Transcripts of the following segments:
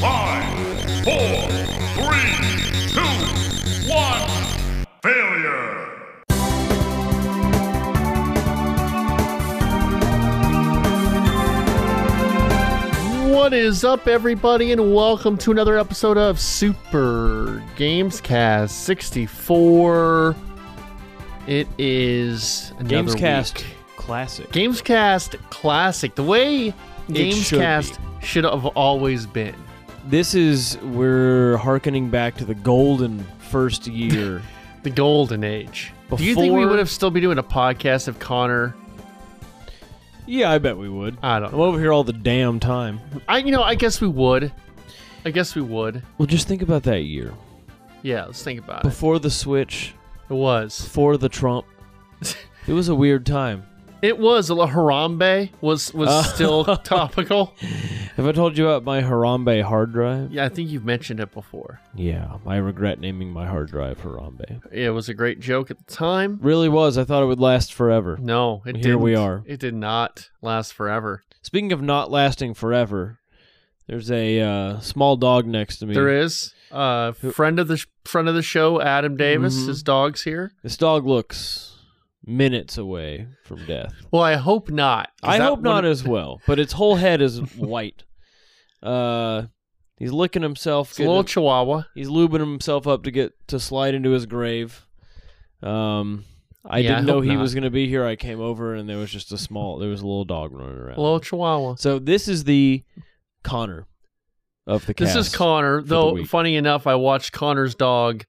Five, four, three, two, one. Failure. What is up, everybody, and welcome to another episode of Super Gamescast 64. It is another Gamescast week. Classic. Gamescast Classic, the way should Gamescast should, have always been. This is, we're hearkening back to the golden first year. The golden age. Do you think we Before- would have still been doing a podcast if Connor? yeah, I bet we would. I don't I'm know. over here all the damn time. I you know I guess we would. I guess we would. Well, just think about that year. Yeah, let's think about it. Before the Switch, It was. before the Trump, it was a weird time. It was. La Harambe was was Uh. still topical. Have I told you about my Harambe hard drive? Yeah, I think you've mentioned it before. Yeah, I regret naming my hard drive Harambe. It was a great joke at the time. Really was. I thought it would last forever. No, it Here didn't. we are. It did not last forever. Speaking of not lasting forever, there's a uh, small dog next to me. There is a uh, friend of the sh- friend of the show, Adam Davis. Mhm. His dog's here. This dog looks minutes away from death. Well, I hope not. 'cause I that hope not wouldn't- as well, but its whole head is white. Uh, he's licking himself. It's a little getting- Chihuahua. he's lubing himself up to get to slide into his grave. Um, I Yeah, I didn't know hope he not. was going to be here. I came over and there was just a small, there was a little dog running around. A little Chihuahua. So this is the Connor of the This cast. is Connor. the Though week. funny enough, I watched Connor's dog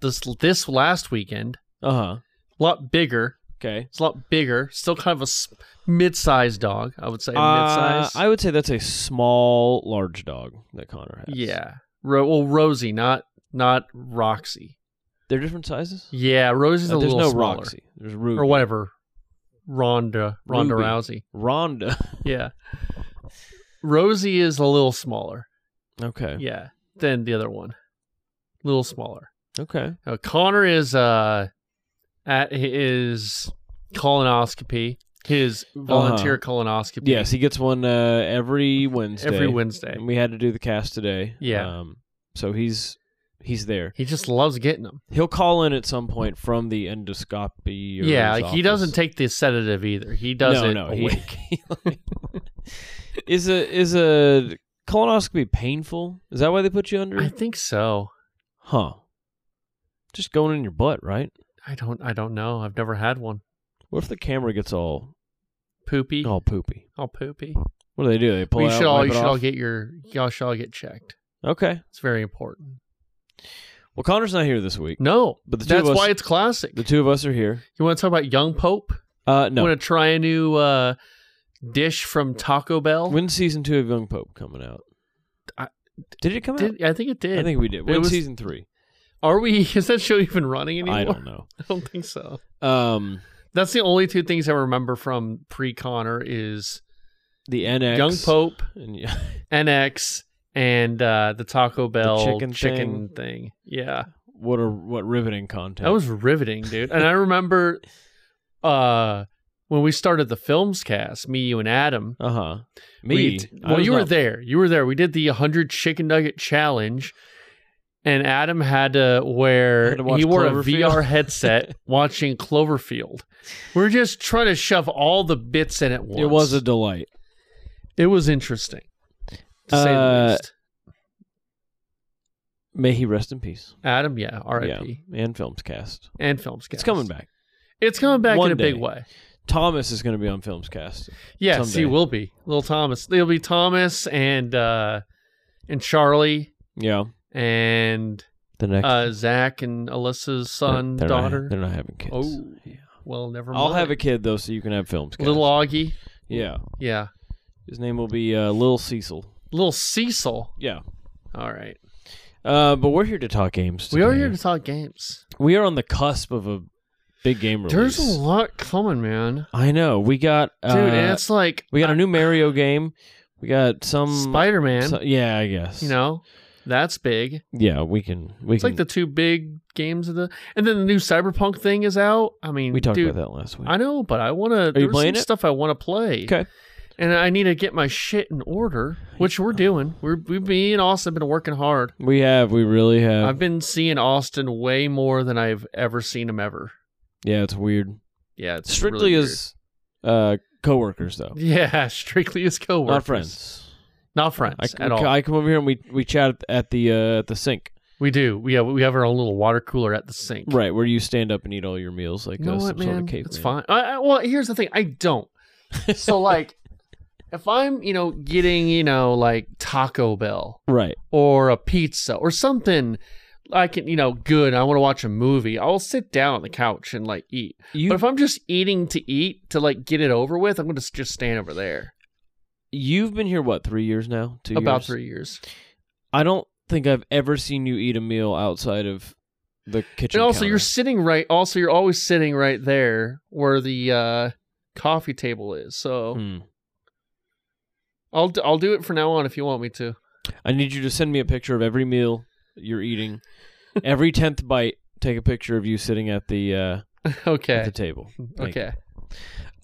this this last weekend. Uh Uh-huh. huh. A lot bigger. Okay. It's a lot bigger. Still kind of a s- mid-sized dog. I would say Uh, mid-sized. I would say that's a small, large dog that Connor has. Yeah. Ro- well, Rosie, not not Roxy. They're different sizes. Yeah, Rosie's Uh, a there's little no smaller. Roxy. There's Ruby or whatever. Rhonda, Ronda Ruby. Rousey. Rhonda. Yeah. Rosie is a little smaller. Okay. Yeah, than the other one. A little smaller. Okay. Uh, Connor is uh at his colonoscopy, his volunteer colonoscopy. Uh-huh. Yes, he gets one uh, every Wednesday. every Wednesday. And we had to do the cast today. Yeah. Um, so he's he's there. He just loves getting them. He'll call in at some point from the endoscopy. yeah, like he doesn't take the sedative either. He does no, it no, he- awake. is a is a colonoscopy painful? Is that why they put you under? I it? think so. Huh. Just going in your butt, right? I don't I don't know. I've never had one. What if the camera gets all Poopy. all poopy? All poopy. What do they do? They pull you it out, should all wipe you it should all off? get your y'all should all get checked. Okay. It's very important. Well, Connor's not here this week. No. But the two of that's us- why it's classic. The two of us are here. You want to talk about Young Pope? Uh, no. Want to try a new uh, dish from Taco Bell? When's season two of Young Pope coming out? I- did it come out? Did- I think it did. I think we did. When's was- season three? Are we? Is that show even running anymore? I don't know. I don't think so. Um, That's the only two things I remember from pre Connor is the NX Young Pope, and yeah, NX, and uh, the Taco Bell chicken thing. Yeah. what a what riveting content. That was riveting, dude. And I remember uh when we started the films cast, me, you, and Adam. uh huh. Me. we d- I well, was you were not- there. You were there. We did the 100 chicken nugget challenge, and Adam had to wear. Had to watch he wore a Cloverfield. VR headset watching Cloverfield. We are just trying to shove all the bits in at once. It was a delight. It was interesting. To say the Uh, least. May he rest in peace. Adam, yeah, R.I.P. Yeah, and Filmscast. cast. and films cast. It's coming back. It's coming back One in a big day. way. Thomas is going to be on Filmscast. Yes, he someday. will be. Little Thomas. It'll be Thomas and uh and Charlie Yeah, and the next uh Zach and Alyssa's they're- son, they're not- daughter. they're not having kids. oh well never mind. I'll have a kid though, so you can have Filmscast. little Augie. yeah, Yeah. his name will be uh, Lil Cecil. Little Cecil. Yeah, All right. uh, but we're here to talk games. We are today. here to talk games. We are on the cusp of a big game release. There's a lot coming, man. I know. We got Dude, uh, and it's like we got a new Mario game. We got some Spider Man. so- yeah, I guess. you know? That's big. Yeah, we can. We It's can. like the two big games of the, and then the new Cyberpunk thing is out. I mean, we talked dude, about that last week. I know, but I want to. you There's playing some it? stuff I want to play. Okay. And I need to get my shit in order, which uh, we're doing. We're we me and Austin have been working hard. we have. We really have. I've been seeing Austin way more than I've ever seen him ever. yeah, it's weird. Yeah, it's Strictly really as uh, coworkers, though, weird. yeah, strictly as coworkers, not friends. not friends I, at all. I come over here and we we chat at- at the uh, at the sink, we do. We have we have our own little water cooler at the sink. right where you stand up and eat all your meals like You know uh, what, some sort man? of caveman. It's fine. I, I, well, here's the thing. I don't. So like, if I'm you know getting you know like Taco Bell Right. or a pizza or something, I can you know good. I want to watch a movie. I'll sit down on the couch and like eat. You But if I'm just eating to eat to like get it over with, I'm gonna s- just stand over there. you've been here what three years now? Two About years? three years. I don't think I've ever seen you eat a meal outside of the kitchen. and also, counter. you're sitting right. Also, you're always sitting right there where the uh, coffee table is. So Hmm. I'll d- I'll do it from now on if you want me to. I need you to send me a picture of every meal you're eating. every tenth bite, take a picture of you sitting at the uh, at the okay. table. Thank you. Okay.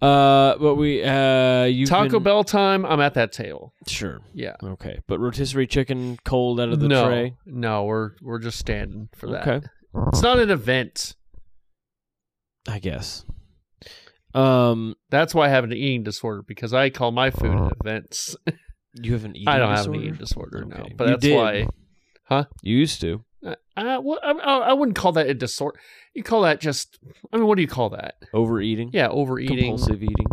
Uh, but we uh, you Taco been... Bell time. I'm at that table. Sure. Yeah. Okay. But rotisserie chicken cold out of the no, tray. no, we're we're just standing for that. Okay. It's not an event. I guess. Um, That's why I have an eating disorder because I call my food an events. you haven't eaten. I don't Oh. have an disorder? eating disorder now, Okay. but You that's did. why. Huh? You used to. Uh, well, I, I I wouldn't call that a disorder. You call that just. I mean, what do you call that? Overeating. Yeah, overeating. Compulsive eating.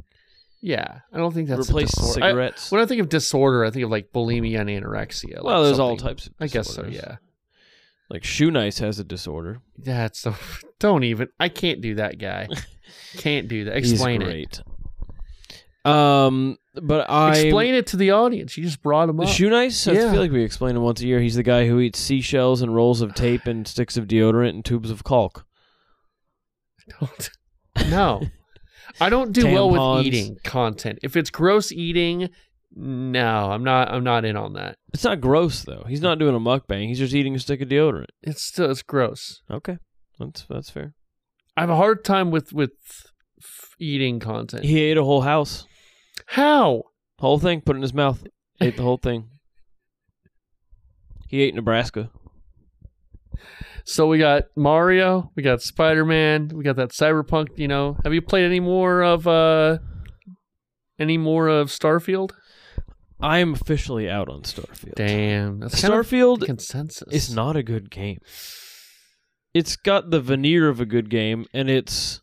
Yeah, I don't think that's Replace a disorder. I- cigarettes. when I think of disorder, I think of like bulimia and anorexia. like well, there's all something- types of I guess so. disorders. Yeah. Like shoe nice has a disorder. That's so. Don't even. I can't do that, guy. Can't do that. Explain He's it. great. Um, but I Explain it to the audience. You just brought him up. Shoe nice. I Yeah. feel like we explain him once a year. He's the guy who eats seashells and rolls of tape and sticks of deodorant and tubes of caulk. Don't- no, I don't do well Tampons. with eating content. If it's gross eating, no, I'm not. I'm not in on that. It's not gross though. He's not doing a mukbang. He's just eating a stick of deodorant. It's still it's gross. Okay, that's that's fair. I have a hard time with with f- eating content. He ate a whole house, How? whole thing, put it in his mouth, ate the whole thing. He ate Nebraska. So we got Mario, we got Spider Man, we got that Cyberpunk. You know, have you played any more of uh any more of Starfield? I am officially out on Starfield. Damn, that's kind of Starfield consensus. It's not a good game. It's got the veneer of a good game, and it's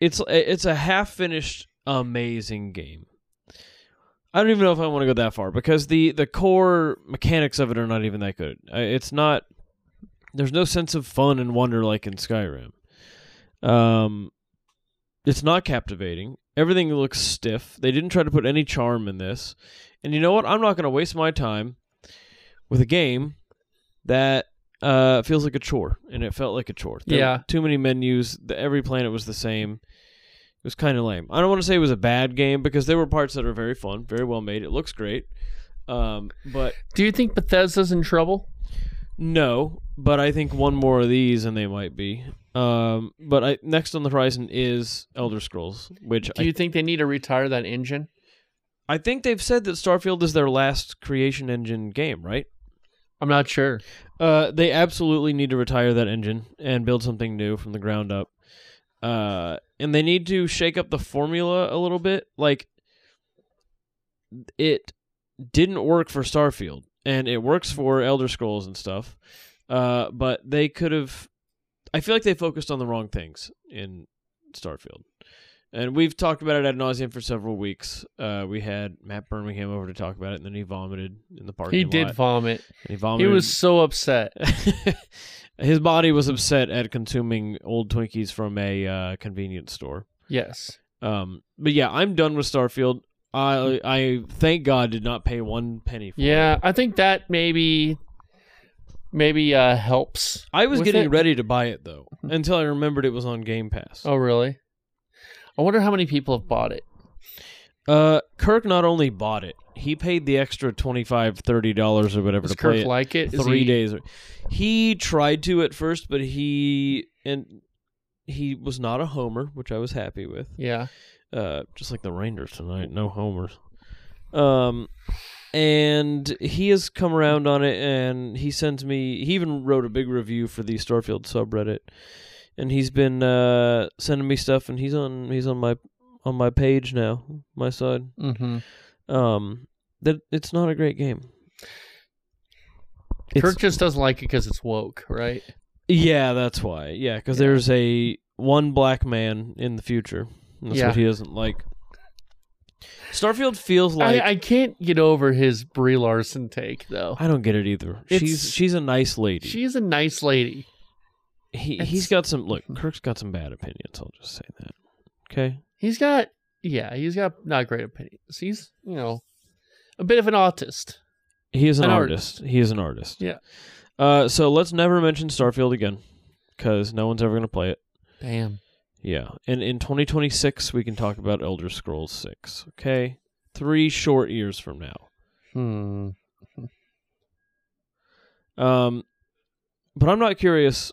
it's it's a half finished amazing game. I don't even know if I want to go that far because the the core mechanics of it are not even that good. Uh, It's not. There's no sense of fun and wonder like in Skyrim. Um, it's not captivating. Everything looks stiff. They didn't try to put any charm in this. And you know what? I'm not going to waste my time with a game that uh, feels like a chore, and it felt like a chore. There were Yeah. too many menus. The, every planet was the same. It was kind of lame. I don't want to say it was a bad game because there were parts that are very fun, very well made. It looks great, um, but Do you think Bethesda's in trouble? no, but I think one more of these and they might be. Um, but I, next on the horizon is Elder Scrolls, which Do you think they need to retire that engine? I, I think they've said that Starfield is their last creation engine game, right? I'm not sure. Uh, they absolutely need to retire that engine and build something new from the ground up. Uh, and they need to shake up the formula a little bit. Like, it didn't work for Starfield, and it works for Elder Scrolls and stuff. Uh, but they could have. I feel like they focused on the wrong things in Starfield. And we've talked about it ad nauseum for several weeks. Uh, we had Matt Birmingham over to talk about it, and then he vomited in the parking He lot. did vomit. And he vomited. He was so upset. His body was upset at consuming old Twinkies from a uh, convenience store. Yes. Um, but yeah, I'm done with Starfield. I I thank God did not pay one penny for it. Yeah, I think that maybe maybe uh helps. I was With getting it- Mm-hmm. ready to buy it though until I remembered it was on Game Pass. Oh really? I wonder how many people have bought it. Uh, Kirk not only bought it, he paid the extra $25, $30 or whatever Does to play Kirk it. like it? Is three he- days. He tried to at first, but he and he was not a homer, which I was happy with. Yeah. Uh, just like the Rangers tonight, no homers. Um, and he has come around on it, and he sends me. He even wrote a big review for the Starfield subreddit, and he's been uh, sending me stuff, and he's on he's on my on my page now, my side. Mm-hmm. Um, that it's not a great game. It's- Kirk just doesn't like it because it's woke, right? Yeah, that's why. Yeah, because Yeah. there's a one black man in the future. and That's Yeah. what he doesn't like. Starfield feels like I, I, I can't get over his Brie Larson take though. don't get it either. It's- She's she's a nice lady. She's a nice lady. he it's- he's got some look. Kirk's got some bad opinions. I'll just say that. Okay. He's got yeah, he's got not great opinions. He's you know a bit of an autist. He is an, An artist. He is an artist. Yeah. Uh, so let's never mention Starfield again, because no one's ever gonna play it. Damn. Yeah, and in 2026 we can talk about Elder Scrolls Six. Okay, three short years from now. Hmm. Um, but I'm not curious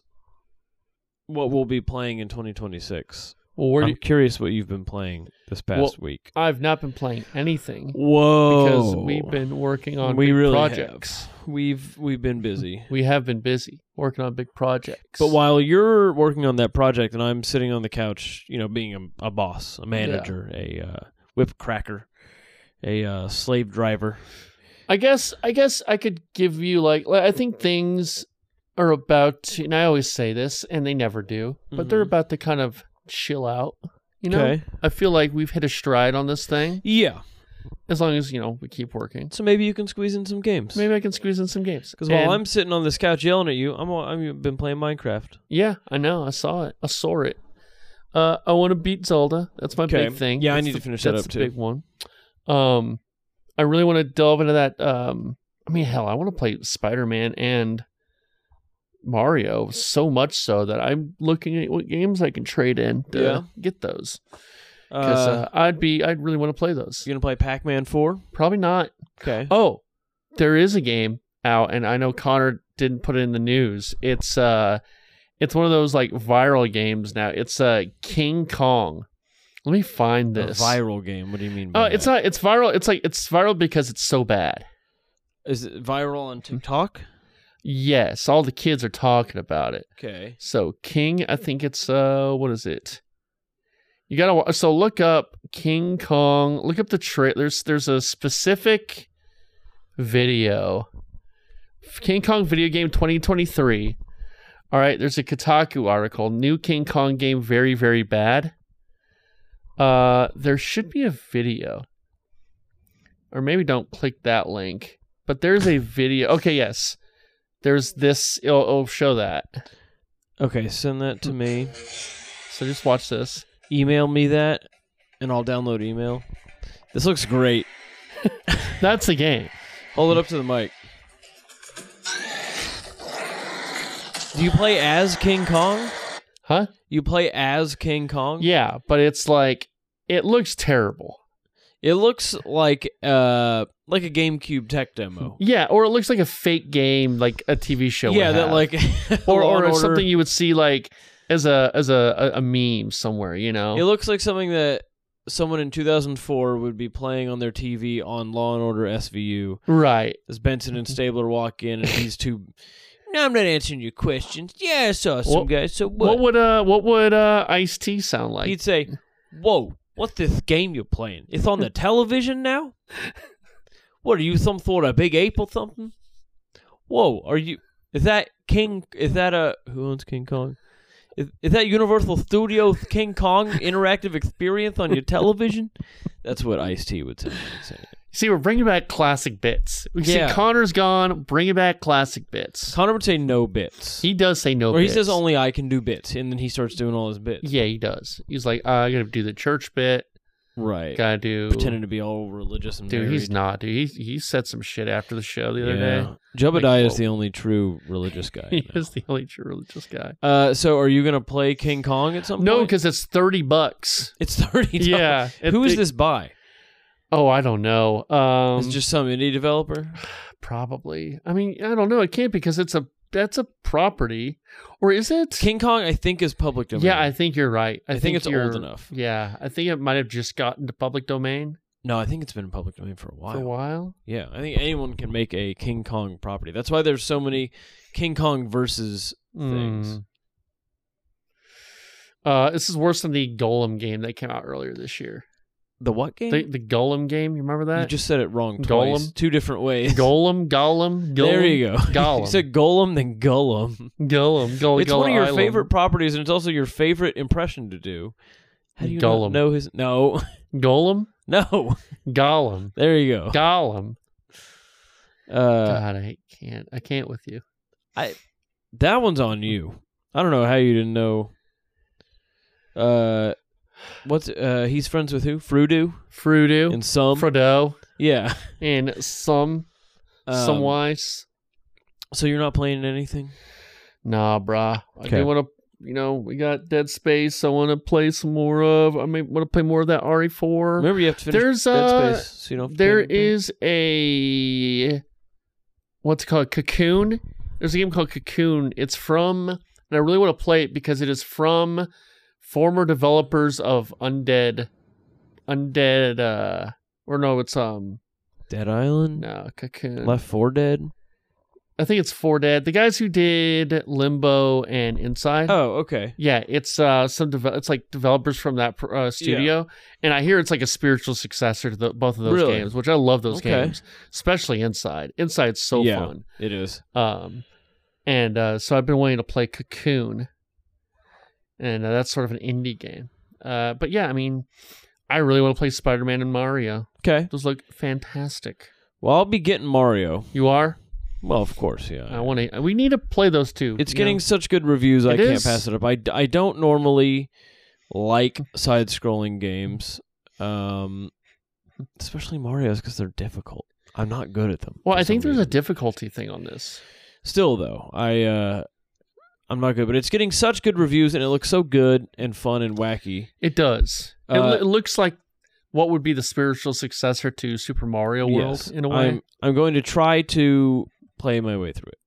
what we'll be playing in 2026. Well, where do I'm you, curious what you've been playing this past Well, week. I've not been playing anything Whoa! because we've been working on We big really have. projects. we've we've been busy. We have been busy working on big projects. But while you're working on that project and I'm sitting on the couch, you know, being a, a boss, a manager, a uh, whip cracker, a uh, slave driver. I guess I guess I could give you like like, I think things are about to, and I always say this and they never do, but they're Mhm. about to kind of chill out. You know, I feel like we've hit a stride on this thing Yeah. as long as you know we keep working. So maybe you can squeeze in some games. Maybe I can squeeze in some games. Because while And- I'm sitting on this couch yelling at you, I'm I've been playing Minecraft. yeah, I know, I saw it, I saw it. Uh, I want to beat Zelda. That's my Okay. big thing. Yeah, I That's need the- to finish that that's up, the too. Big one. Um, I really want to delve into that. Um, I mean, hell, I want to play Spider Man and Mario so much so that I'm looking at what games I can trade in to Yeah. get those because Uh, uh, I'd be I'd really want to play those. you gonna play Pac-Man Four? Probably not. Okay. Oh, there is a game out, and I know Connor didn't put it in the news. It's uh, it's one of those like viral games now. It's uh, King Kong. Let me find this. A viral game. What do you mean? Oh, By it's that? not. It's viral. It's like it's viral because it's so bad. Is it viral on TikTok? Yes, all the kids are talking about it. Okay. So King, I think it's uh, what is it? You gotta wa- so look up King Kong. Look up the tra- There's there's a specific video, King Kong video game 2023. All right, there's a Kotaku article. New King Kong game, very very bad. Uh, there should be a video, or maybe don't click that link. But there's a video. Okay, yes, there's this. It'll, it'll show that. Okay. Send that to me. So just watch this. Email me that, and I'll download email. This looks great. That's the game. Hold it up to the mic. Do you play as King Kong? Huh? You play as King Kong? Yeah, but it's like it looks terrible. It looks like uh like a GameCube tech demo. Yeah, or it looks like a fake game, like a TV show. would yeah, that have. like or Law or and Order. something you would see like as a as a a, a meme somewhere. You know. It looks like something that someone in 2004 would be playing on their TV on Law and Order SVU. right. As Benson Mm-hmm. and Stabler walk in, and these two, no, I'm not answering your questions. Yeah, I saw some What- guys. So What? what? would uh what would uh Ice T sound like? He'd say, "Whoa, what's this game you're playing? It's on the television now. What are you, some sort of big ape or something? Whoa, are you? Is that King? Is that a who owns King Kong? Is, is that Universal Studios King Kong interactive experience on your television? That's what Ice T would say. see, we're bringing back classic bits. We Yeah. see Connor's gone. Bringing back classic bits. Connor would say no bits, he does say no. or he bits. says only I can do bits, and then he starts doing all his bits. Yeah, he does. He's like, uh, I gotta do the church bit. Right, Gotta do pretending to be all religious and Dude, buried. he's not. Dude, he he said some shit after the show the other day. Jebediah Like, is whoa. the only true religious guy. I He know. is the only true religious guy. Uh, so are you gonna play King Kong at some No, point? because it's thirty bucks. it's thirty. Yeah, who is it- this by? Oh, I don't know. Um, it's just some indie developer. probably. I mean, I don't know. It can't because it's a that's a property, or is it? King Kong, I think, is public domain. yeah, I think you're right. I, I think it's old you're- enough. Yeah, I think it might have just gotten to public domain no, I think it's been in public domain for a while. for a while. Yeah, I think anyone can make a King Kong property. That's why there's so many King Kong versus Things. Mm. Uh, this is worse than the Golem game that came out earlier this year. the what game? The, the Golem game, you remember you that? just said it wrong Golem? twice. Two different ways. Golem, Golem, Golem. There you go. Golem. you said Golem, then Gollum. Golem, Golem. it's one of your Golem. favorite properties, and it's also your favorite impression to do. How do you Gollum. not know his? No, Golem, no. Golem, There you go. Golem. Oh. Uh, God, I can't. I can't with you. that one's on you. I don't know how you didn't know. Uh, what's uh? He's friends with who? Frudu Frudo, and some. Frodo, yeah. and some, some Um, wise. So you're not playing anything? Nah, brah. I Okay. do want to. You know, we got Dead Space. I want to play some more of. I mean, want to play more of that E RE4. Remember, you have to finish There's Dead uh, Space. So you don't have to there play anything? is a what's it called Cocoon. There's a game called Cocoon. It's from, and I really want to play it because it is from former developers of Undead, Undead. uh Or no, it's um Dead Island, no Cocoon. Left 4 Dead. I think it's For Dead. The guys who did Limbo and Inside. Oh, okay. Yeah, it's uh some deve- it's like developers from that pr- uh, studio, and I hear it's like a spiritual successor to the, both of those Really? games, which I love those Okay. games, especially Inside. Inside's so Yeah. fun. It is. Um, and uh, so I've been wanting to play Cocoon, and uh, that's sort of an indie game. Uh, but yeah, I mean, I really want to play Spider Man and Mario. Okay. Those look fantastic. Well, I'll be getting Mario. You are? Well, of course, yeah. I want to. We need to play those two. it's you getting know? such good reviews, I It can't is. pass it up. I, d- I don't normally like side scrolling games, um, especially Mario's, because they're difficult. I'm not good at them. Well, for I some think there's a reason. difficulty thing on this. Still though, I uh I'm not good, but it's getting such good reviews and it looks so good and fun and wacky. It does. it, Uh, lo- it looks like what would be the spiritual successor to Super Mario World Yes, in a way. I'm I'm going to try to play my way through it.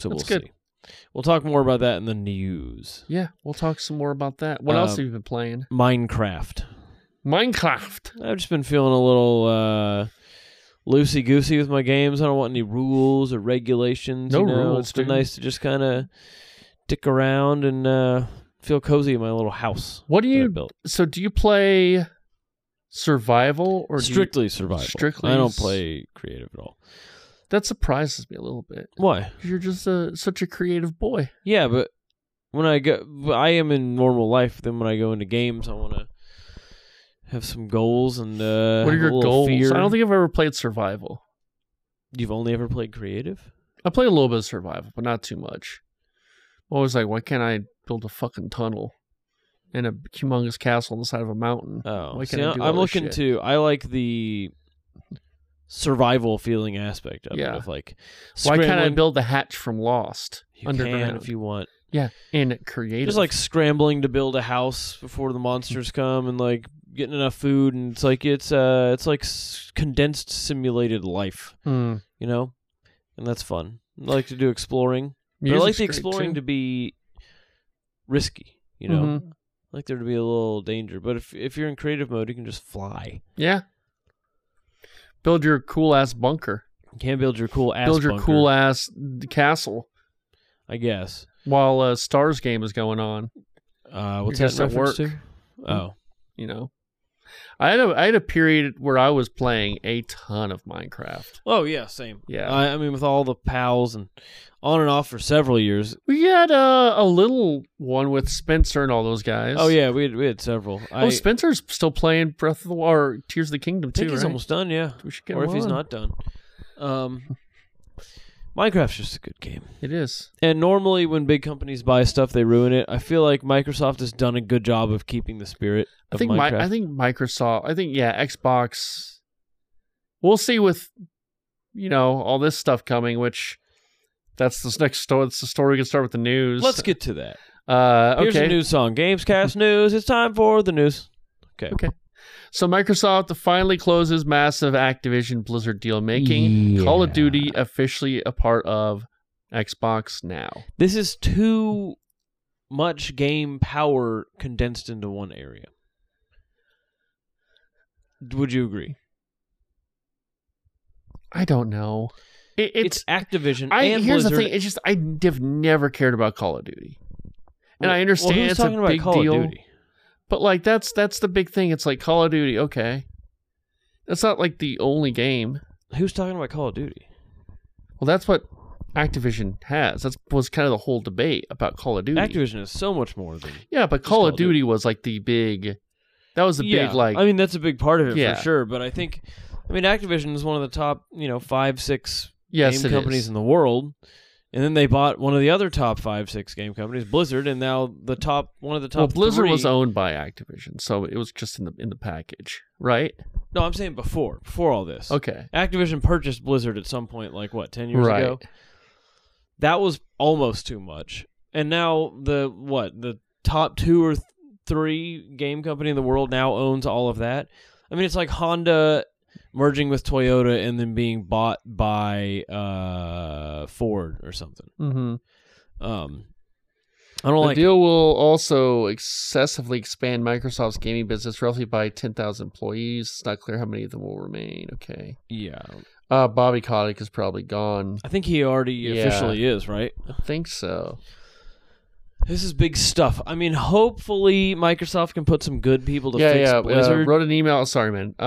So That's we'll good. see. We'll talk more about that in the news. yeah, we'll talk some more about that. What Um, else have you been playing? Minecraft. Minecraft. I've just been feeling a little uh loosey goosey with my games. I don't want any rules or regulations. No you know? rules, It's been dude. nice to just kind of dick around and uh feel cozy in my little house What do that I you? built. So do you play survival or do you- strictly survival. strictly I don't s- play creative at all. that surprises me a little bit. Why? You're just a, such a creative boy. Yeah, but when I go, but I am in normal life. Then when I go into games, I want to have some goals and uh, have what are a your little goals? Fear. I don't think I've ever played survival. you've only ever played creative. I played a little bit of survival, but not too much. I was like, why can't I build a fucking tunnel and a humongous castle on the side of a mountain? Oh, Why see, can't I I- do all I'm this looking shit? to. I like the survival feeling aspect of Yeah. it. Of like, Why can't I scrambling- build the hatch from Lost You underground? can if you want. yeah, and creative. Just like scrambling to build a house before the monsters come, and like getting enough food, and it's like it's uh, it's like s- condensed simulated life. Hmm. you know, and that's fun. I like to do exploring. But I Music's like the great, exploring too. to be risky, you know. Mhm. I like there to be a little danger, but if if you're in creative mode, you can just fly. yeah. Build your cool ass bunker. You can build your cool ass. build your bunker, cool ass castle I guess. while uh, Stars game is going on. Uh, what's You're that just at reference work. Hmm? to? Oh, You know, I had a I had a period where I was playing a ton of Minecraft. oh yeah, same. Yeah. I, I mean, with all the pals and on and off for several years. We had uh, a little one with Spencer and all those guys. Oh yeah, we had, we had several. I, Oh, Spencer's still playing Breath of the Wild or Tears of the Kingdom too. think he's right? almost done. Yeah, we should get or him if he's on. not done, um, Minecraft's just a good game. it is. And normally, when big companies buy stuff, they ruin it. I feel like Microsoft has done a good job of keeping the spirit I of think Minecraft. my, I think Microsoft. I think yeah, Xbox. We'll see with, you know, all this stuff coming. Which, that's this next story. That's the story we can start with the news. Let's get to that. Uh, Here's okay. a news song, Gamescast news. It's time for the news. Okay. Okay. So Microsoft finally closes massive Activision Blizzard deal, making Call of Yeah. Duty officially a part of Xbox now. This is too much game power condensed into one area. Would you agree? I don't know. It, it's, It's, Activision I and here's Blizzard. the thing. It's just I have never cared about Call of Duty, and Well- I understand well, who's it's talking a about big Call deal. Of Duty? But like that's that's the big thing. It's like Call of Duty. Okay, that's not like the only game. Who's talking about Call of Duty? Well, that's what Activision has. That was kind of the whole debate about Call of Duty. Activision is so much more than yeah, but Just Call, Call of of Duty. Duty was like the big. That was the Yeah, big like. I mean, that's a big part of it Yeah. for sure. But I think, I mean, Activision is one of the top, you know, five six yes, game it companies is. in the world. And then they bought one of the other top five, six game companies, Blizzard, and now the top one of the top. well, Blizzard three- was owned by Activision, so it was just in the in the package, right? No, I'm saying before, before all this. Okay, Activision purchased Blizzard at some point, like what, ten years Right. ago. That was almost too much, and now the what the top two or th- three game company in the world now owns all of that. I mean, it's like Honda merging with Toyota and then being bought by uh, Ford or something. mm-hmm. Um, I don't the like deal will also excessively expand Microsoft's gaming business roughly by 10,000 employees. It's not clear how many of them will remain. Okay. Yeah, I don't- Uh, Bobby Kotick is probably gone. I think he already Yeah. officially is right. I think so. This is big stuff. I mean, hopefully Microsoft can put some good people to yeah, fix yeah. Uh, Blizzard. wrote an email, sorry, man, uh,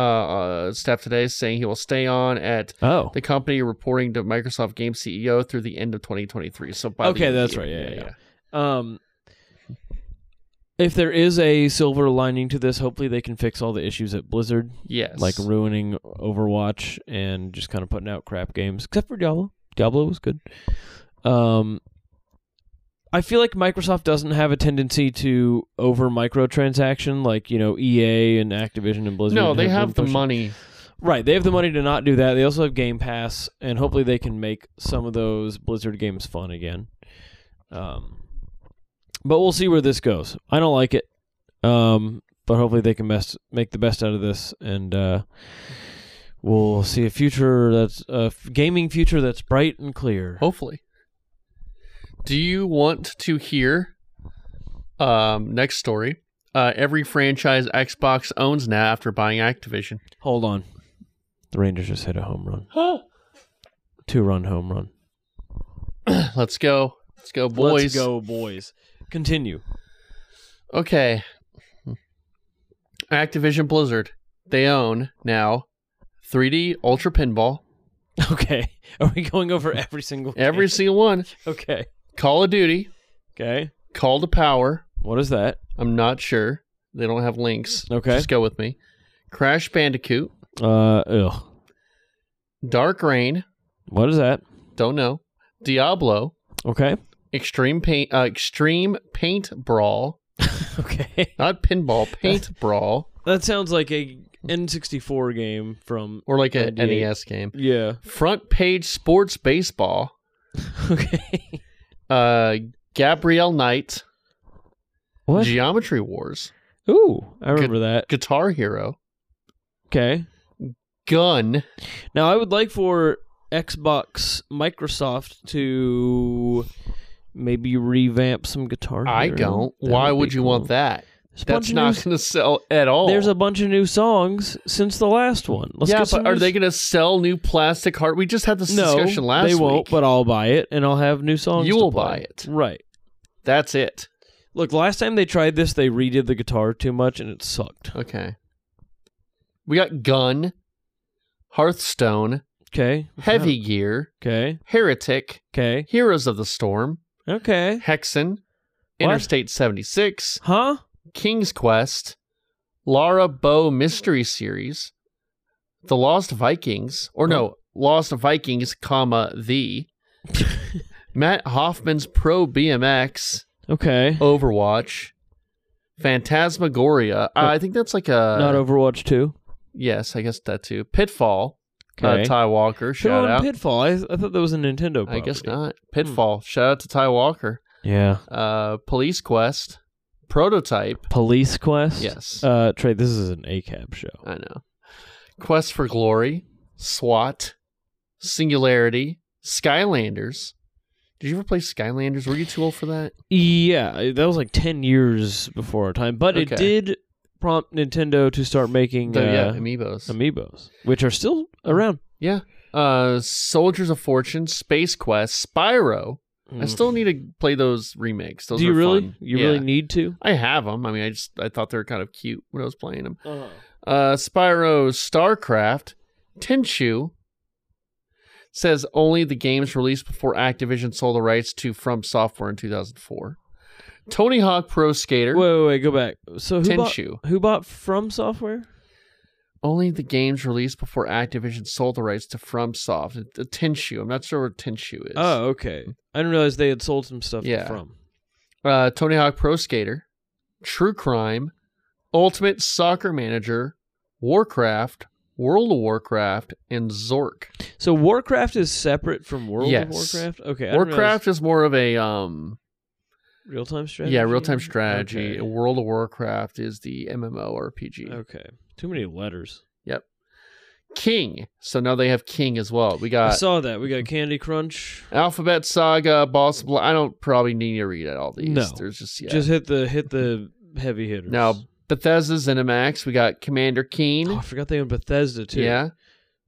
uh, staff today saying he will stay on at oh, the company reporting to Microsoft Game CEO through the end of 2023. So, by the Okay, end of that's the right. year. Yeah, yeah, Um, if there is a silver lining to this, hopefully they can fix all the issues at Blizzard, Yes. like ruining Overwatch and just kind of putting out crap games, except for Diablo. Diablo was good. Um, I feel like Microsoft doesn't have a tendency to over microtransaction like you know EA and Activision and Blizzard. no, they been have the pushing. money. Right, they have the money to not do that. They also have Game Pass, and hopefully they can make some of those Blizzard games fun again. Um, but we'll see where this goes. I don't like it, um, but hopefully they can best make the best out of this, and uh, we'll see a future that's a f- gaming future that's bright and clear. Hopefully. Do you want to hear um next story? Uh every franchise Xbox owns now after buying Activision. Hold on, the Rangers just hit a home run, two-run home run. Let's go. Let's go boys. Let's go, boys. Continue. Okay. Activision Blizzard. They own now 3D Ultra Pinball. Okay, are we going over every single Every game? single one. okay Call of Duty, okay. Call to Power. What is that? I'm not sure. They don't have links. Okay. Just go with me. Crash Bandicoot, Uh, ugh. Dark Rain, What is that? don't know. Diablo, Okay. Extreme paint, uh, extreme paint brawl, Okay. not pinball, paint brawl, That sounds like a N64 game from. or like a 98. NES game. Yeah. Front page sports baseball. Okay. Uh, Gabrielle Knight, What? Geometry Wars, Ooh, I remember that. Guitar Hero, Okay. Gun. Now I would like for Xbox Microsoft to maybe revamp some guitar. I Hero. don't. That Why be would you cool. want that? There's a bunch That's of not new- going to sell at all. There's a bunch of new songs since the last one. Let's yeah, get some but are new- they going to sell new plastic heart? We just had this no, discussion last they won't. week. But I'll buy it, and I'll have new songs. You to will play. buy it. right? That's it. Look, last time they tried this, they redid the guitar too much and it sucked. Okay. We got Gun, Hearthstone, Okay. Heavy Gear, Okay. Heretic, Okay. Heroes of the Storm, Okay. Hexen, What? Interstate 76, Huh? King's Quest, Lara Bow Mystery Series, The Lost Vikings, or no, Lost Vikings, comma, The, Matt Hoffman's Pro BMX, Okay. Overwatch, Phantasmagoria. Uh, I think that's like a. Not Overwatch 2. Yes, I guess that too. Pitfall. Okay. Uh, Ty Walker. Should Shout have out. won Pitfall. I, I thought that was a Nintendo I guess property. not. Pitfall. Shout out to Ty Walker. Yeah. Uh, Police Quest. prototype. Police Quest. Yes. Uh, Trey, this is an ACAB show. I know. Quest for Glory, SWAT, Singularity, Skylanders. Did you ever play Skylanders? Were you too old for that? Yeah, that was like ten years before our time, but it Okay. did prompt Nintendo to start making The- yeah, uh, Amiibos. amiibos, which are still around. yeah. Uh, Soldiers of Fortune, Space Quest, Spyro. I still need to play those remakes. Mm, Those Mm. Do you are really? fun. You Yeah. really need to? I have them. I mean, I just I thought they were kind of cute when I was playing them. Uh, Spyro StarCraft Tenchu says only the games released before Activision sold the rights to From Software in 2004. Tony Hawk Pro Skater Wait, wait, wait, go back. So who bought, Tenchu who bought From Software? only the games released before Activision sold the rights to FromSoft. Uh, Tenchu. I'm not sure what Tenchu is. Oh, okay. I didn't realize they had sold some stuff to Yeah. From. Uh, Tony Hawk Pro Skater, True Crime, Ultimate Soccer Manager, Warcraft, World of Warcraft, and Zork. So Warcraft is separate from World of Yes. Warcraft. Okay, I didn't realize- Warcraft is more of a um real time strategy. yeah real time strategy. Okay. Oh. World of Warcraft is the MMORPG. okay. Too many letters. King. So now they have King as well. We I got saw that. We got Candy Crunch. Alphabet Saga, Boss. Bl- I don't probably need to read all these. No. There's just yeah. Just hit the hit the heavy hitters. now Bethesda Zenimax. We got Commander Keen. Oh, I forgot they own Bethesda too. yeah.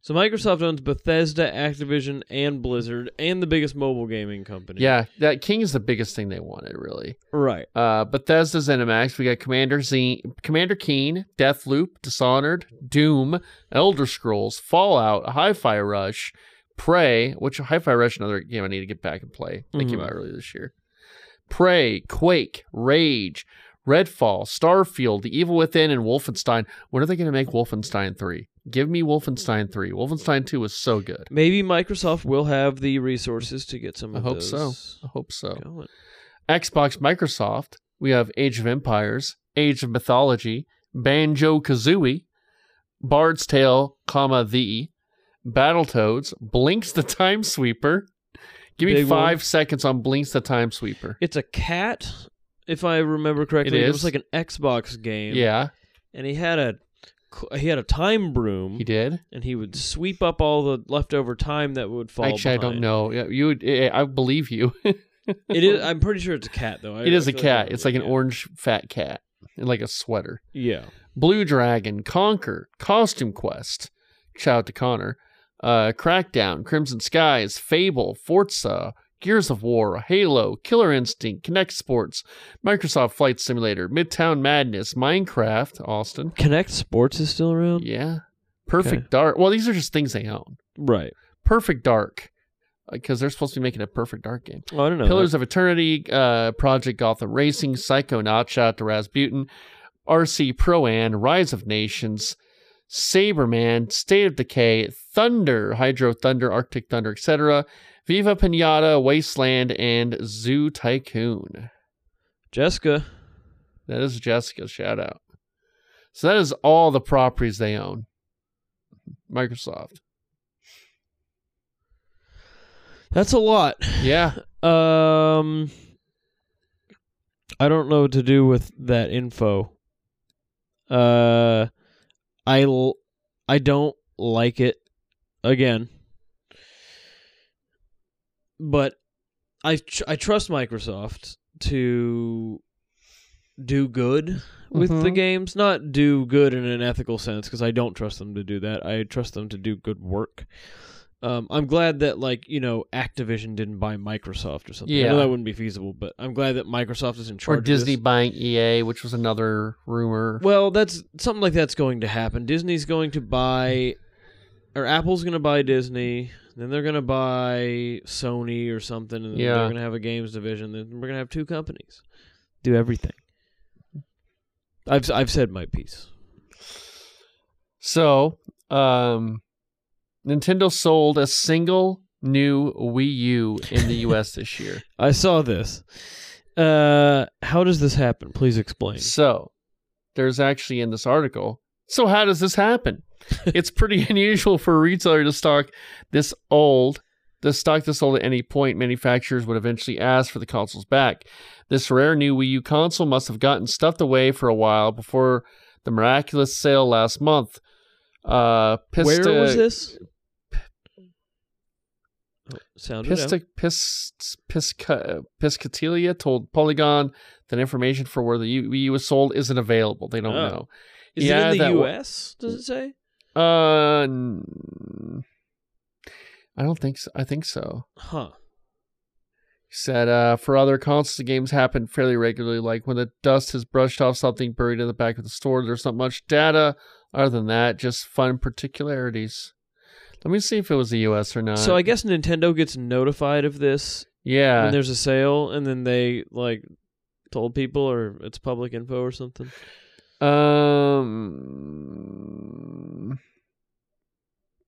So Microsoft owns Bethesda, Activision, and Blizzard, and the biggest mobile gaming company. Yeah. That King is the biggest thing they wanted really. Right. Uh, Bethesda Zenimax. We got Commander Z, Commander Keen, Deathloop, Dishonored, Doom, Elder Scrolls, Fallout, Hi-Fi Rush, Prey. Which Hi-Fi Rush, another game I need to get back and play. That came Mhm. out earlier this year. Prey, Quake, Rage, Redfall, Starfield, The Evil Within, and Wolfenstein. When are they going to make Wolfenstein Three? Give me Wolfenstein Three. Wolfenstein Two was so good. Maybe Microsoft will have the resources to get some I of hope those. so. I hope so. going. Xbox Microsoft, we have Age of Empires, Age of Mythology, Banjo Kazooie, Bard's Tale, comma the, Battletoads, Blinks the Time Sweeper. Give me Big one. five seconds on Blinks the Time Sweeper. It's a cat, if I remember correctly. It was is. like an Xbox game. Yeah, And he had a he had a time broom, he did. and he would sweep up all the leftover time that would fall. Actually, I don't behind. know. Yeah, You, would- eh, I believe you. It is. I'm pretty sure it's a cat, though. I- it is I a feel cat. I It's like an remember orange fat cat, and like a sweater. it, Yeah. Blue Dragon, Conquer, Costume Quest, shout out to Connor, uh, Crackdown, Crimson Skies, Fable, Forza, Gears of War, Halo, Killer Instinct, Connect Sports, Microsoft Flight Simulator, Midtown Madness, Minecraft, Austin, Connect Sports is still around. yeah, Perfect Dark. Well, these are just things they own. Right. Perfect Dark, because they're supposed to be making a Perfect Dark game. Oh, I don't know. Pillars of Eternity, uh, Project Gotham Racing, Psychonauts, shout out to Rasputin, RC Pro-An, Rise of Nations, Saberman, State of Decay, Thunder, Hydro Thunder, Arctic Thunder, etc., Viva Pinata, Wasteland, and Zoo Tycoon. Jessica. That is Jessica's shout out. So that is all the properties they own. Microsoft. That's a lot. Yeah. Um, I don't know what to do with that info. Uh, I l- I don't like it again, but I tr- I trust Microsoft to do good with the Mhm. games not do good in an ethical sense because i don't trust them to do that i trust them to do good work um, i'm glad that like you know activision didn't buy microsoft or something i know Yeah. that wouldn't be feasible but i'm glad that microsoft is in charge Or of Disney this. buying EA, which was another rumor. well that's something like that's going to happen disney's going to buy or apple's going to buy disney then they're going to buy sony or something and Yeah. they're going to have a games division then we're going to have two companies do everything i've i've said my piece So, um, Nintendo sold a single new Wii U in the U.S. this year. I saw this. Uh, how does this happen? Please explain. So, there's actually in this article. So, how does this happen? It's pretty unusual for a retailer to stock this old The stock that sold at any point, manufacturers would eventually ask for the consoles back. This rare new Wii U console must have gotten stuffed away for a while before the miraculous sale last month. Uh, Pista, Where was this? Oh, Sound it out. Pistic, Pis, Pisca, Piscatilia told Polygon that information for where the U- Wii U was sold isn't available. They don't Oh. know. Is yeah, it in the that wa- U.S.? Does it say? Uh, n- I don't think so. I think so. Huh. He said, uh, for other consoles, the games happen fairly regularly. Like when the dust has brushed off something buried in the back of the store, there's not much data other than that, just fun particularities. Let me see if it was the US or not. so I guess Nintendo gets notified of this when yeah. there's a sale, and then they like told people or it's public info or something. Um,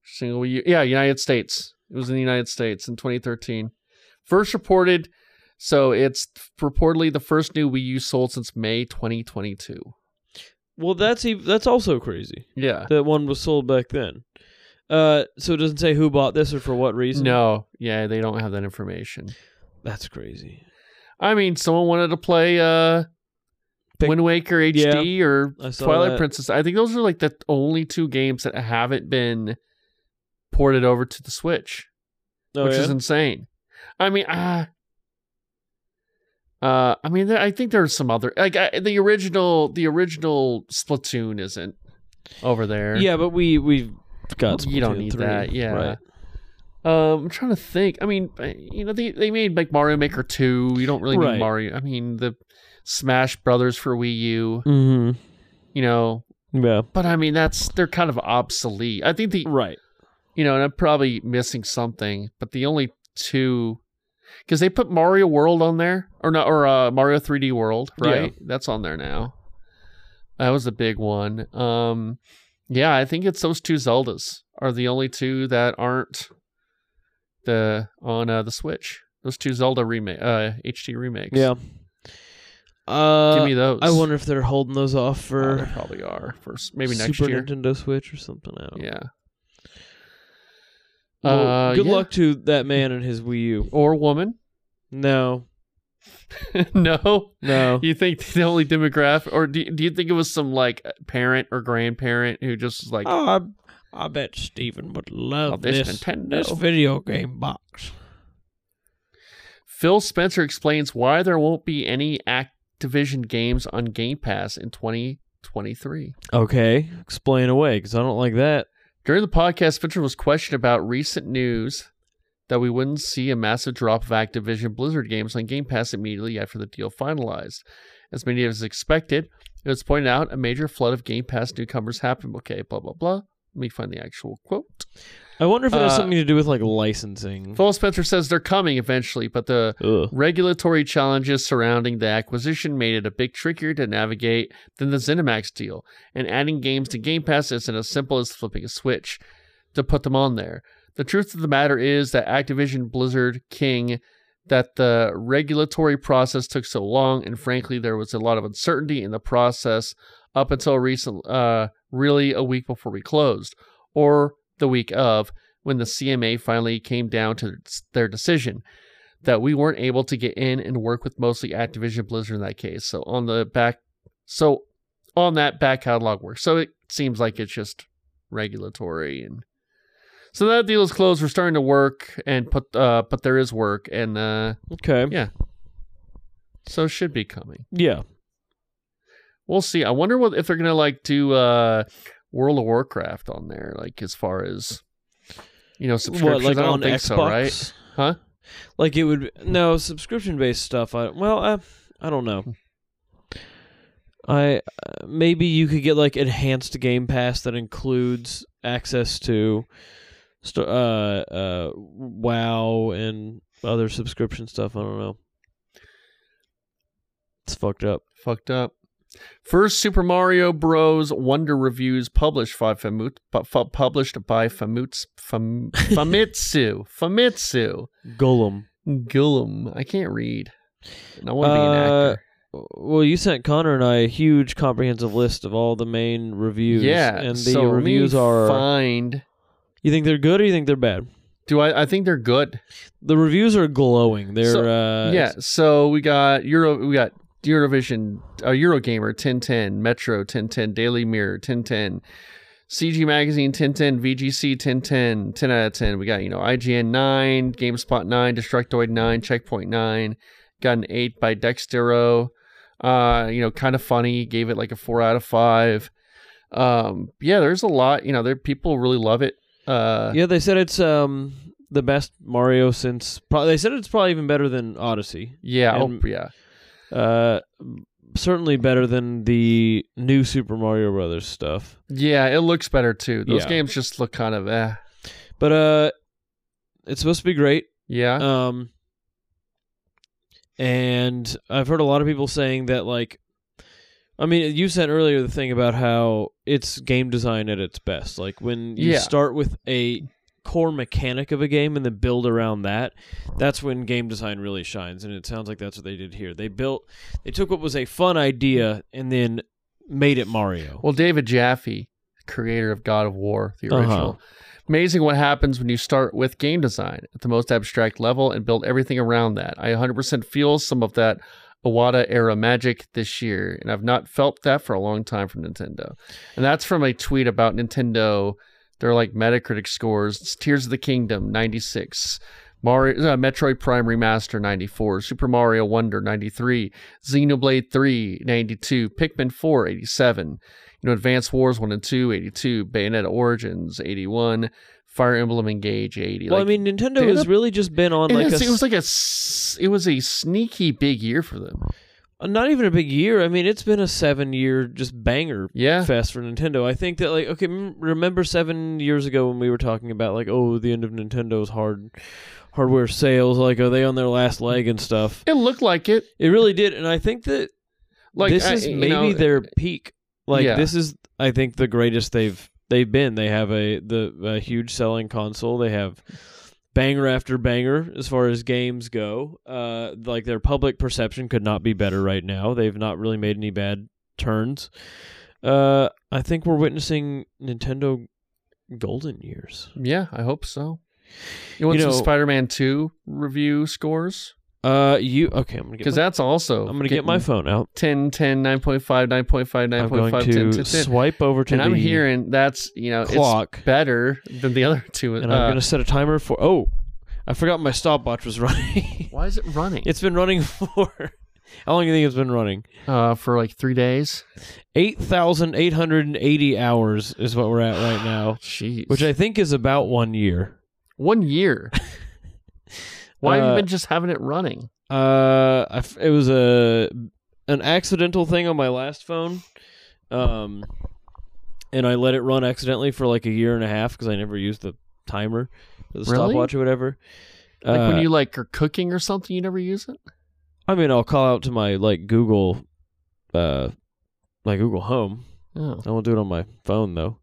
single Wii U. Yeah, United States. It was in the United States in 2013. First reported. So it's reportedly the first new Wii U sold since May 2022. Well, that's ev- that's also crazy. Yeah. That one was sold back then. Uh, so it doesn't say who bought this or for what reason. No. Yeah, they don't have that information. that's crazy. I mean, someone wanted to play uh, Pic- Wind Waker HD or I saw Twilight that. Princess. I think those are like the only two games that haven't been ported over to the Switch. Oh, which yeah? is insane. I mean, ah, uh, I mean, there, I think there's some other like I, the original. The original Splatoon isn't over there. yeah, but we we've got you don't Splatoon need 3, that. Yeah. right. Um, I'm trying to think. I mean, I- you know, they they made like Mario Maker two. You don't really Right. need Mario. I mean, the Smash Brothers for Wii U. Mm-hmm. You know, Yeah. but I mean, that's they're kind of obsolete. I think the Right. you know, and I'm probably missing something, but the only two because they put Mario World on there or not, or uh, Mario 3D World, Yeah. right? That's on there now. That was a big one. Um, yeah, I think it's those two Zeldas are the only two that aren't the on uh, the Switch. Those two Zelda remake, uh, HD remakes. Yeah. Uh, give me those. I wonder if they're holding those off Uh, for they probably are first, maybe next Super year. Nintendo Switch or something. I don't know. Yeah. Well, Uh, good yeah. luck to that man and his Wii U. or woman. No, no. no. You think the only demographic, or do, do you think it was some like parent or grandparent who just was like, oh, I, I bet Steven would love "Oh, this Nintendo? video game box. Phil Spencer explains why there won't be any Activision games on Game Pass in 2023. Okay, explain away because I don't like that. During the podcast, Spencer was questioned about recent news that we wouldn't see a massive drop of Activision Blizzard games on Game Pass immediately after the deal finalized. As many of us expected, it was pointed out a major flood of Game Pass newcomers happened. Okay, blah, blah, blah. Let me find the actual quote. I wonder if it has Uh, something to do with like licensing. Phil Spencer says they're coming eventually, but the Ugh. regulatory challenges surrounding the acquisition made it a bit trickier to navigate than the ZeniMax deal, and adding games to Game Pass isn't as simple as flipping a switch to put them on there. The truth of the matter is that Activision Blizzard King that the regulatory process took so long and frankly there was a lot of uncertainty in the process up until recent uh really a week before we closed or the week of when the CMA finally came down to their decision that we weren't able to get in and work with mostly Activision Blizzard in that case. So on the back, so on that back catalog work. So it seems like it's just regulatory and so that deal is closed. We're starting to work and put, uh, but there is work and uh, Okay, Yeah. so it should be coming. yeah. We'll see. I wonder what if they're gonna like do uh, World of Warcraft on there, like as far as you know What subscriptions. like I don't on think Xbox? so, right? Huh? Like it would no subscription based stuff. I well, I, I don't know. I uh, maybe you could get like enhanced Game Pass that includes access to, st- uh, uh, WoW and other subscription stuff. I don't know. It's fucked up. Fucked up. First Super Mario Bros. Wonder reviews published by Famut, pu- fu- published by Famuts, Fam, Famitsu, Famitsu, Golem. Gullum. I can't read. And I want to be an Uh, actor. Well, you sent Connor and I a huge comprehensive list of all the main reviews. yeah, and the so let me reviews are. find. You think they're good or you think they're bad? Do I? I think they're good. The reviews are glowing. They're So- uh, yeah. So we got Euro. We got Eurovision, uh, Eurogamer, 1010, Metro, 1010, Daily Mirror, 1010, CG Magazine, 1010, VGC, 1010, 10 out of 10. We got you know IGN 9, GameSpot 9, Destructoid 9, Checkpoint 9. Got an 8 by Dextero. Uh, you know, kind of funny. Gave it like a 4 out of 5. Um, yeah, there's a lot. You know, there people really love it. Uh, Yeah, they said it's um the best Mario since. Pro- they said it's probably even better than Odyssey. yeah, oh, and- yeah. Uh, certainly better than the new Super Mario Brothers stuff. Yeah, it looks better too. Those Yeah. games just look kind of eh. But uh, it's supposed to be great. Yeah. Um, and I've heard a lot of people saying that like. I mean, you said earlier the thing about how it's game design at its best. Like when you Yeah. start with a core mechanic of a game and then build around that, that's when game design really shines. And it sounds like that's what they did here. They built, they took what was a fun idea and then made it Mario. Well, David Jaffe, creator of God of War, the Uh-huh. original. Amazing what happens when you start with game design at the most abstract level and build everything around that. I 100% feel some of that Iwata era magic this year, and I've not felt that for a long time from Nintendo. And that's from a tweet about Nintendo. They're like Metacritic scores. It's Tears of the Kingdom, 96. Mario, uh, Metroid Prime Remaster 94, Super Mario Wonder 93, Xenoblade 3 92, Pikmin 4 87, you know, Advanced Wars 1 and 2 82, Bayonetta Origins 81, Fire Emblem Engage 80. Well, Like, I mean, Nintendo they has don't- really just been on it like is- a it was like a s- it was a sneaky big year for them. Uh, not even a big year. I mean, it's been a seven year just banger Yeah. fest for Nintendo. I think that like okay, m- remember seven years ago when we were talking about like oh the end of Nintendo's hard hardware sales, like are they on their last leg and stuff? It looked like it. It really did, and I think that Like this I- is you maybe know, their peak. Like Yeah. this is I think the greatest they've they've been. They have a the a huge selling console. They have banger after banger as far as games go. Uh like their public perception could not be better right now. They've not really made any bad turns. Uh I think we're witnessing Nintendo golden years. Yeah, I hope so. You want You know- some Spider-Man 2 review scores? Uh you okay, I'm going to get Because my, that's also I'm going to get my getting phone out. 10 10 9.5 9.5 I'm going 9.5 to 10 10 10. swipe over to And the I'm hearing that's, you know, it's clock. better than the other two. and Uh, I'm gonna set a timer for. Oh, I forgot my stopwatch was running. Why is it running? it's been running for how long do you think it's been running? uh, for like three days. Eight thousand eight hundred and eighty hours is what we're at right now, Jeez. which I think is about one year. one year. Why have Uh, you been just having it running? Uh, I f it was a an accidental thing on my last phone, um, and I let it run accidentally for like a year and a half because I never used the timer, or the Really? stopwatch or whatever. Like Uh, when you like are cooking or something, you never use it. I mean, I'll call out to my like Google, uh, my Google Home. Oh, I won't do it on my phone though.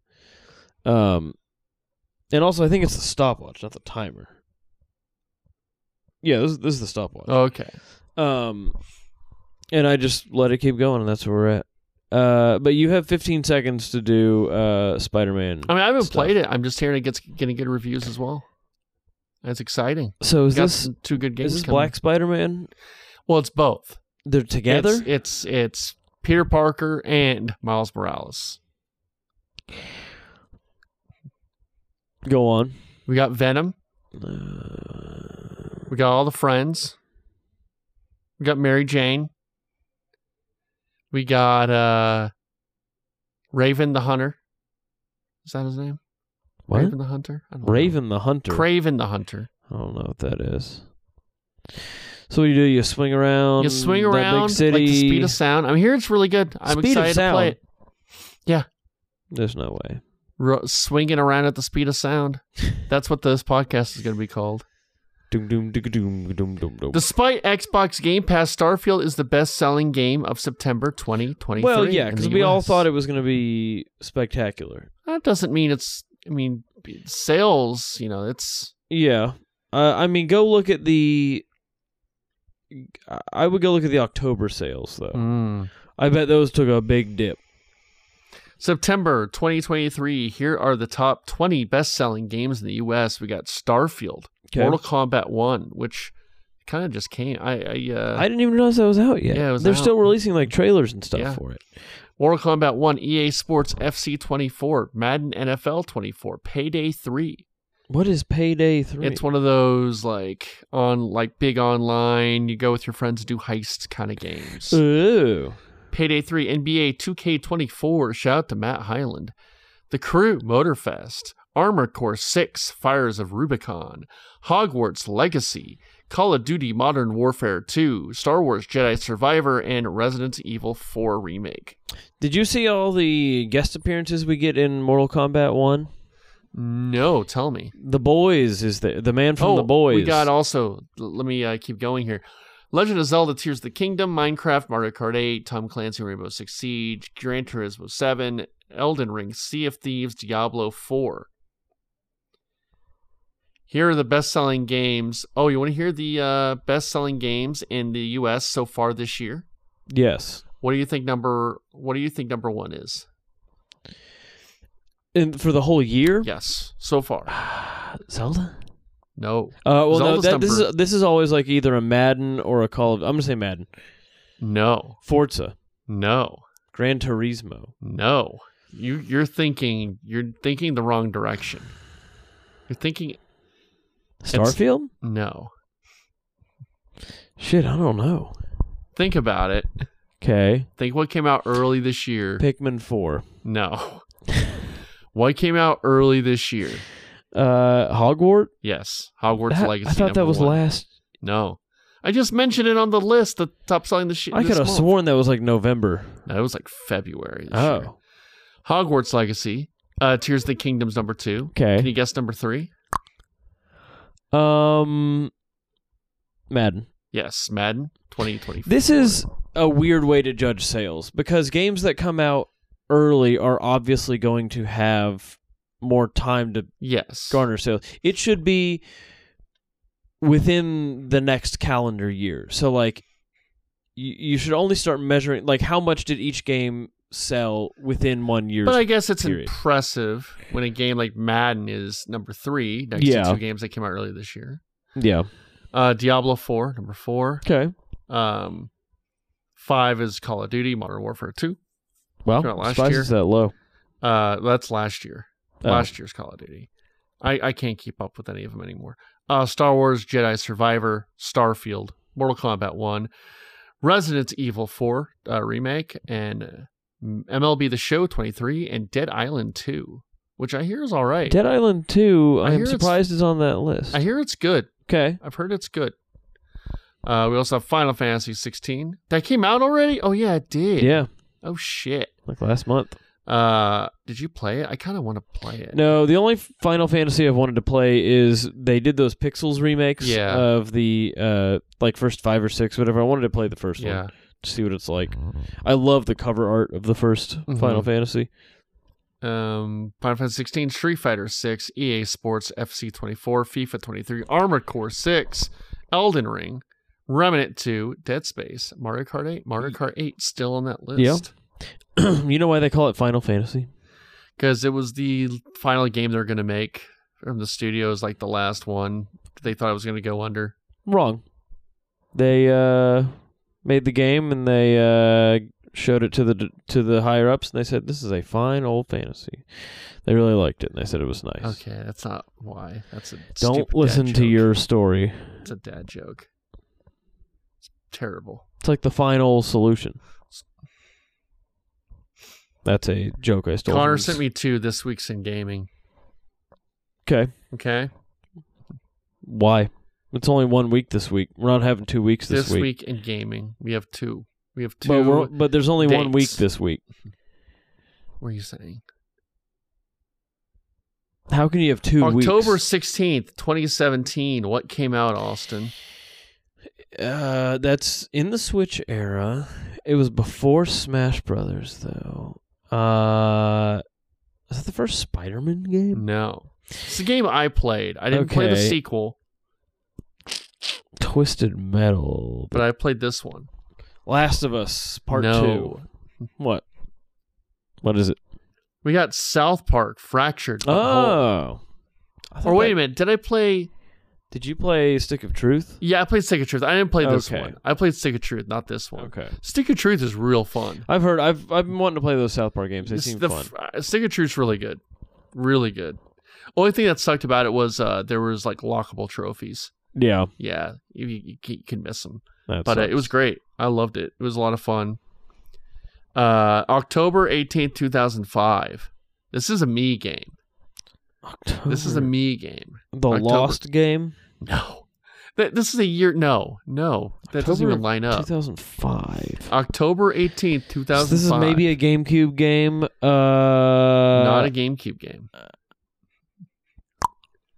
Um, and also I think it's the stopwatch, not the timer. Yeah, this, this is the stopwatch. okay. Um, and I just let it keep going, and that's where we're at. Uh, but you have 15 seconds to do uh Spider-Man. I mean, I haven't Stuff. played it. I'm just hearing it gets getting good reviews as well. That's exciting. So is Got this some- two good games? is this coming. Black Spider-Man? Well, it's both. They're together. It's, it's it's Peter Parker and Miles Morales. Go on. We got Venom. Uh, We got all the friends. We got Mary Jane. We got uh Raven the Hunter. Is that his name? What? Raven the Hunter? I don't know. Raven the Hunter. Craven the Hunter. I don't know what that is. So what do you do? You swing around. You swing that Um, big around city. like the speed of sound. I'm here it's really good. I'm Speed of excited to play sound. it. Yeah. There's no way. Ro- swinging around at the speed of sound. That's what this podcast is going to be called. Doom doom doom doom doom doom doom. Despite Xbox Game Pass, Starfield is the best-selling game of September 2023. well, yeah, because because we all thought it was going to be spectacular. That doesn't mean it's. I mean, sales. You know, it's Yeah, uh, I mean, go look at the. I Oh. Hmm. Mm. would go look at the October sales though. I bet those took a big dip. September 2023, here are the top 20 best selling games in the US. We got Starfield, Okay. Mortal Kombat 1, which kind of just came. I, I, uh, I didn't even realize that was out yet. Yeah, it was They're out. still releasing like trailers and stuff Yeah. for it. Mortal Kombat 1, EA Sports FC 24, Madden NFL 24, Payday 3. What is Payday Three? It's one of those like on like big online, you go with your friends do heists kind of games. Uh. Ooh. Payday 3, NBA 2K24, shout out to Matt Highland. The Crew, Motorfest, Armor Core 6, Fires of Rubicon, Hogwarts Legacy, Call of Duty Modern Warfare 2, Star Wars Jedi Survivor, and Resident Evil 4 Remake. Did you see all the guest appearances we get in Mortal Kombat One? No, tell me. The boys is the the man from oh, the boys. We got also, l- let me uh, keep going here. Legend of Zelda Tears of the Kingdom, Minecraft, Mario Kart 8, Tom Clancy Rainbow Six Siege, Gran Turismo 7, Elden Ring, Sea of Thieves, Diablo 4. Here are the best selling games. Oh, you want to hear the uh, best selling games in the US so far this year? yes. What do you think number what do you think number 1 is? And for the whole year? Yes, so far. Zelda? No. Uh, well, no, Zelda's that, this number- is this is always like either a Madden or a Call of. I'm gonna say Madden, No. Forza, No. Gran Turismo. No. You you're thinking you're thinking the wrong direction. You're thinking Starfield? no. Shit, I don't know. Think about it. Okay, Think what came out early this year. Pikmin Four, No. what came out early this year? uh, Hogwarts. Yes. Hogwarts That- Legacy. I thought that number was one. last. No. I just mentioned it on the list, the top selling this year. I could have sworn that was like November. That was like February. This Oh, year. Hogwarts Legacy. Uh, Tears of the Kingdom's number two. Can okay. you guess number three? Um, Madden. Yes. Madden 2024. This is a weird way to judge sales because games that come out early are obviously going to have more time to Yes. garner sales. It should be within the next calendar year. So like you, you should only start measuring like how much did each game sell within one year. But I guess it's period. impressive when a game like Madden is number three next Yeah. to two games that came out earlier this year. yeah. Uh, Diablo four, number four. Okay. Um, five is Call of Duty Modern Warfare two. Well, Came out last Spice year. is that low. Uh, that's last year. Oh. Last year's Call of Duty. I, I can't keep up with any of them anymore. Uh, Star Wars Jedi Survivor, Starfield, Mortal Kombat one, Resident Evil four uh, remake, and uh, MLB The Show twenty three, and Dead Island two, which I hear is all right. Dead Island 2, I I hear am it's- surprised is on that list. I hear it's good. okay. I've heard it's good. Uh, we also have Final Fantasy 16. That came out already? Oh yeah, it did. Yeah, Oh shit. like last month. Uh, did you play it? I kind of want to play it. No, the only Final Fantasy I've wanted to play is they did those Pixels remakes Yeah. of the uh, like first five or six, whatever. I wanted to play the first Yeah. one to see what it's like. I love the cover art of the 1st Mhm. Final Fantasy. Um, Final Fantasy 16, Street Fighter 6, EA Sports FC 24, FIFA 23, Armored Core 6, Elden Ring, Remnant 2, Dead Space, Mario Kart 8. Mario Kart 8 still on that list. Yeah. you know why they call it Final Fantasy? because it was the final game they're going to make from the studios, like the last one. They thought it was going to go under. Wrong. They uh, made the game and they uh, showed it to the to the higher ups and they said this is a fine old fantasy. They really liked it and they said it was nice. Okay, that's not why. That's a stupid Don't dad listen to joke. your story. It's a dad joke. It's terrible. It's like the final solution. That's a joke I stole. Connor from- sent me two this week's in gaming. Okay. Okay, Why? It's only one week this week. We're not having two weeks this, this week. in gaming we have two. We have two. But, we're, but there's only one week dates. this week. what are you saying? How can you have two weeks? October sixteenth, twenty seventeen. What came out, Austin? Uh, that's in the Switch era. It was before Smash Brothers, though. Uh, is that the first Spider-Man game? No, it's the game I played. I didn't play the Okay. sequel, Twisted Metal, but I played this one. Last of Us Part No. Two. What? What is it? We got South Park Fractured. Butthole. Oh. I thought or wait that- a minute, did I play? Did you play Stick of Truth? Yeah, I played Stick of Truth. I didn't play this Okay. one. I played Stick of Truth, not this one. Okay. Stick of Truth is real fun. I've heard. I've I've been wanting to play those South Park games. They This- seem the fun. f- uh, Stick of Truth's really good, really good. Only thing that sucked about it was uh, there was like lockable trophies. yeah. Yeah, you, you, you can- you can miss them, That but uh, it sucks. was great. I loved it. It was a lot of fun. Uh, October eighteenth, two thousand five. This is a me game. October. This is a me game. the October. Lost game. No, Th- this is a year. No, no, that doesn't October even line up. 2005. October eighteenth, two So thousand five. this is maybe uh, a GameCube game. Uh, not not a GameCube game.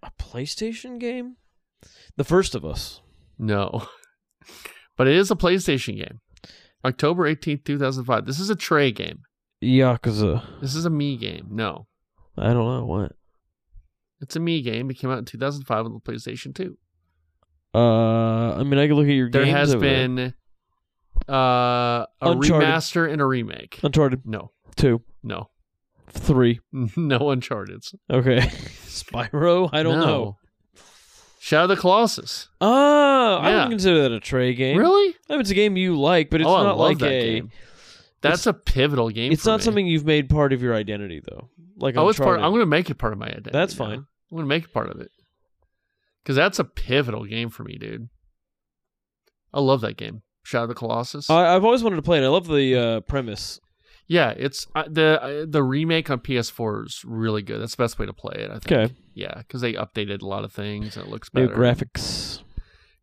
a PlayStation game. The First of Us. No. But it is a PlayStation game. October 18th, 2005. This is a Trey game. Yakuza. This is a me game. No. uh, I don't know what. It's a me game. It came out in 2005 on the PlayStation 2. Uh, I mean, I could look at your There games. has over there. been uh, a Uncharted. remaster and a remake. Uncharted No. two, No. three. No Uncharted. Okay, Spyro. I don't know. Shadow of the Colossus. Oh, I Yeah. wouldn't consider that a Trey game. Really? I mean, it's a game you like, but it's oh, I not love like that a. game. That's a pivotal game. It's for not me. something you've made part of your identity, though. Like Oh, it's part. Uncharted. I'm going to make it part of my identity. That's now. fine. I'm gonna make it part of it because that's a pivotal game for me, dude. I love that game, Shadow of the Colossus. I, I've always wanted to play it. I love the uh, premise. yeah, it's uh, the uh, the remake on PS4 is really good. That's the best way to play it. I think. Okay, Yeah, because they updated a lot of things and it looks new better. graphics.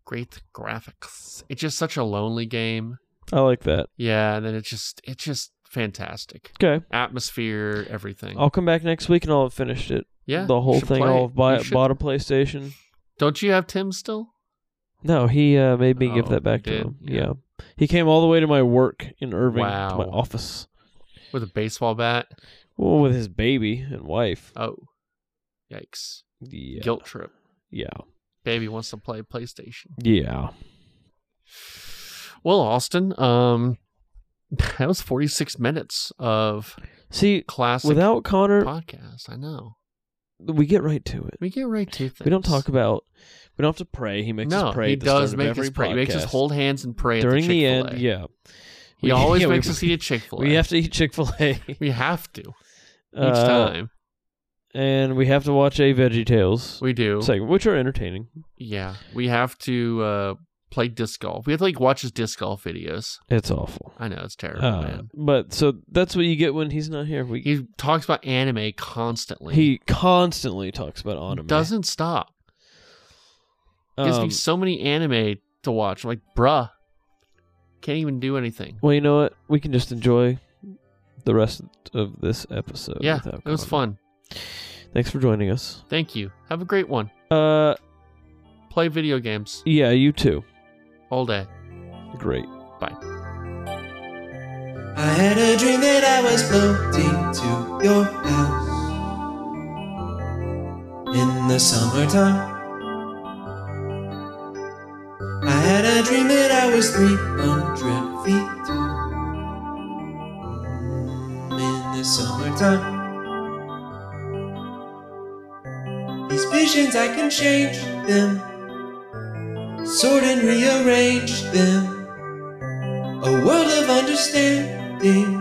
Great graphics. It's just such a lonely game. I like that. Yeah, and then it's just it's just fantastic Okay, atmosphere, everything. I'll come back next week and I'll have finished it. yeah, Oh, the you whole should thing. play I'll it. have buy, You should- bought a PlayStation. Don't you have Tim still? No, he uh, made me give Oh, that back he to did? him. Yeah. Yeah. he came all the way to my work in Irving, to my Wow. office, with a baseball bat? well, with his baby and wife. Oh, yikes! Yeah, Guilt trip. yeah, baby wants to play PlayStation. yeah. Well, Austin, um, that was 46 minutes of See, classic without Connor, podcast. I know. we get right to it. We get right to things. We don't talk about. We don't have to pray. He makes No, us pray. he at the start does of make every us pray. He makes us podcast. hold hands and pray during at the, the, end. Chick-fil-A. Yeah, He We- always yeah, we- makes us eat a Chick Fil A. we have to eat Chick Fil A each We have to each Uh, time. and we have to watch a Veggie Tales We do. segment, which are entertaining. yeah, we have to uh, play disc golf. We have to like watch his disc golf videos. It's awful. I know it's terrible, Uh, man. but so that's what you get when he's not here. We He talks about anime constantly. He constantly talks about anime. doesn't stop. gives Um, me so many anime to watch. I'm like, bruh, can't even do anything. well, you know what? We can just enjoy the rest of this episode. yeah, without it was Connor. fun. Thanks for joining us. Thank you. Have a great one. Uh, Play video games yeah, you too. all day. Great. I had a dream that I was floating to your house in the summertime. I had a dream that I was 300 feet tall Mm, in the summertime. These visions, I can change them, sort and rearrange them a world of understanding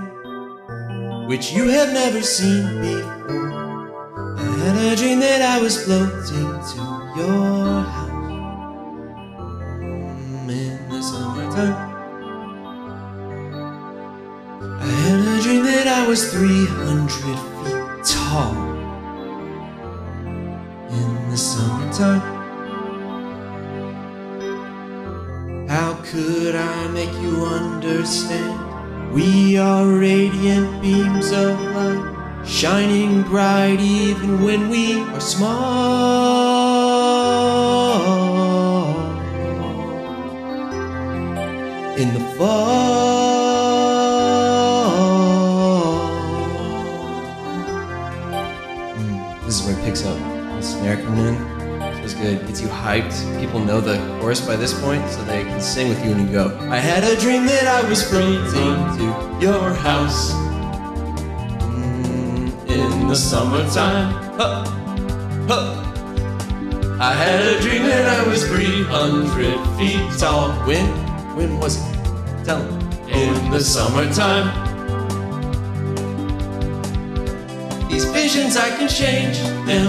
which you have never seen before. I had a dream that I was floating to your house Mm, in the summertime. I had a dream that I was 300 feet tall in the summertime. How could I make you understand? We are radiant beams of light, shining bright even when we are small. In the fall. Mm, this is where it picks up. The snare coming in. It's good. Gets you hyped. People know the chorus by this point, so they can sing with you when you go. I had a dream that I was floating to your house. Mm, in the summertime. Huh, huh. I had a dream that I was 300 feet tall. When? When was it? Tell me. In the summertime. These visions, I can change them,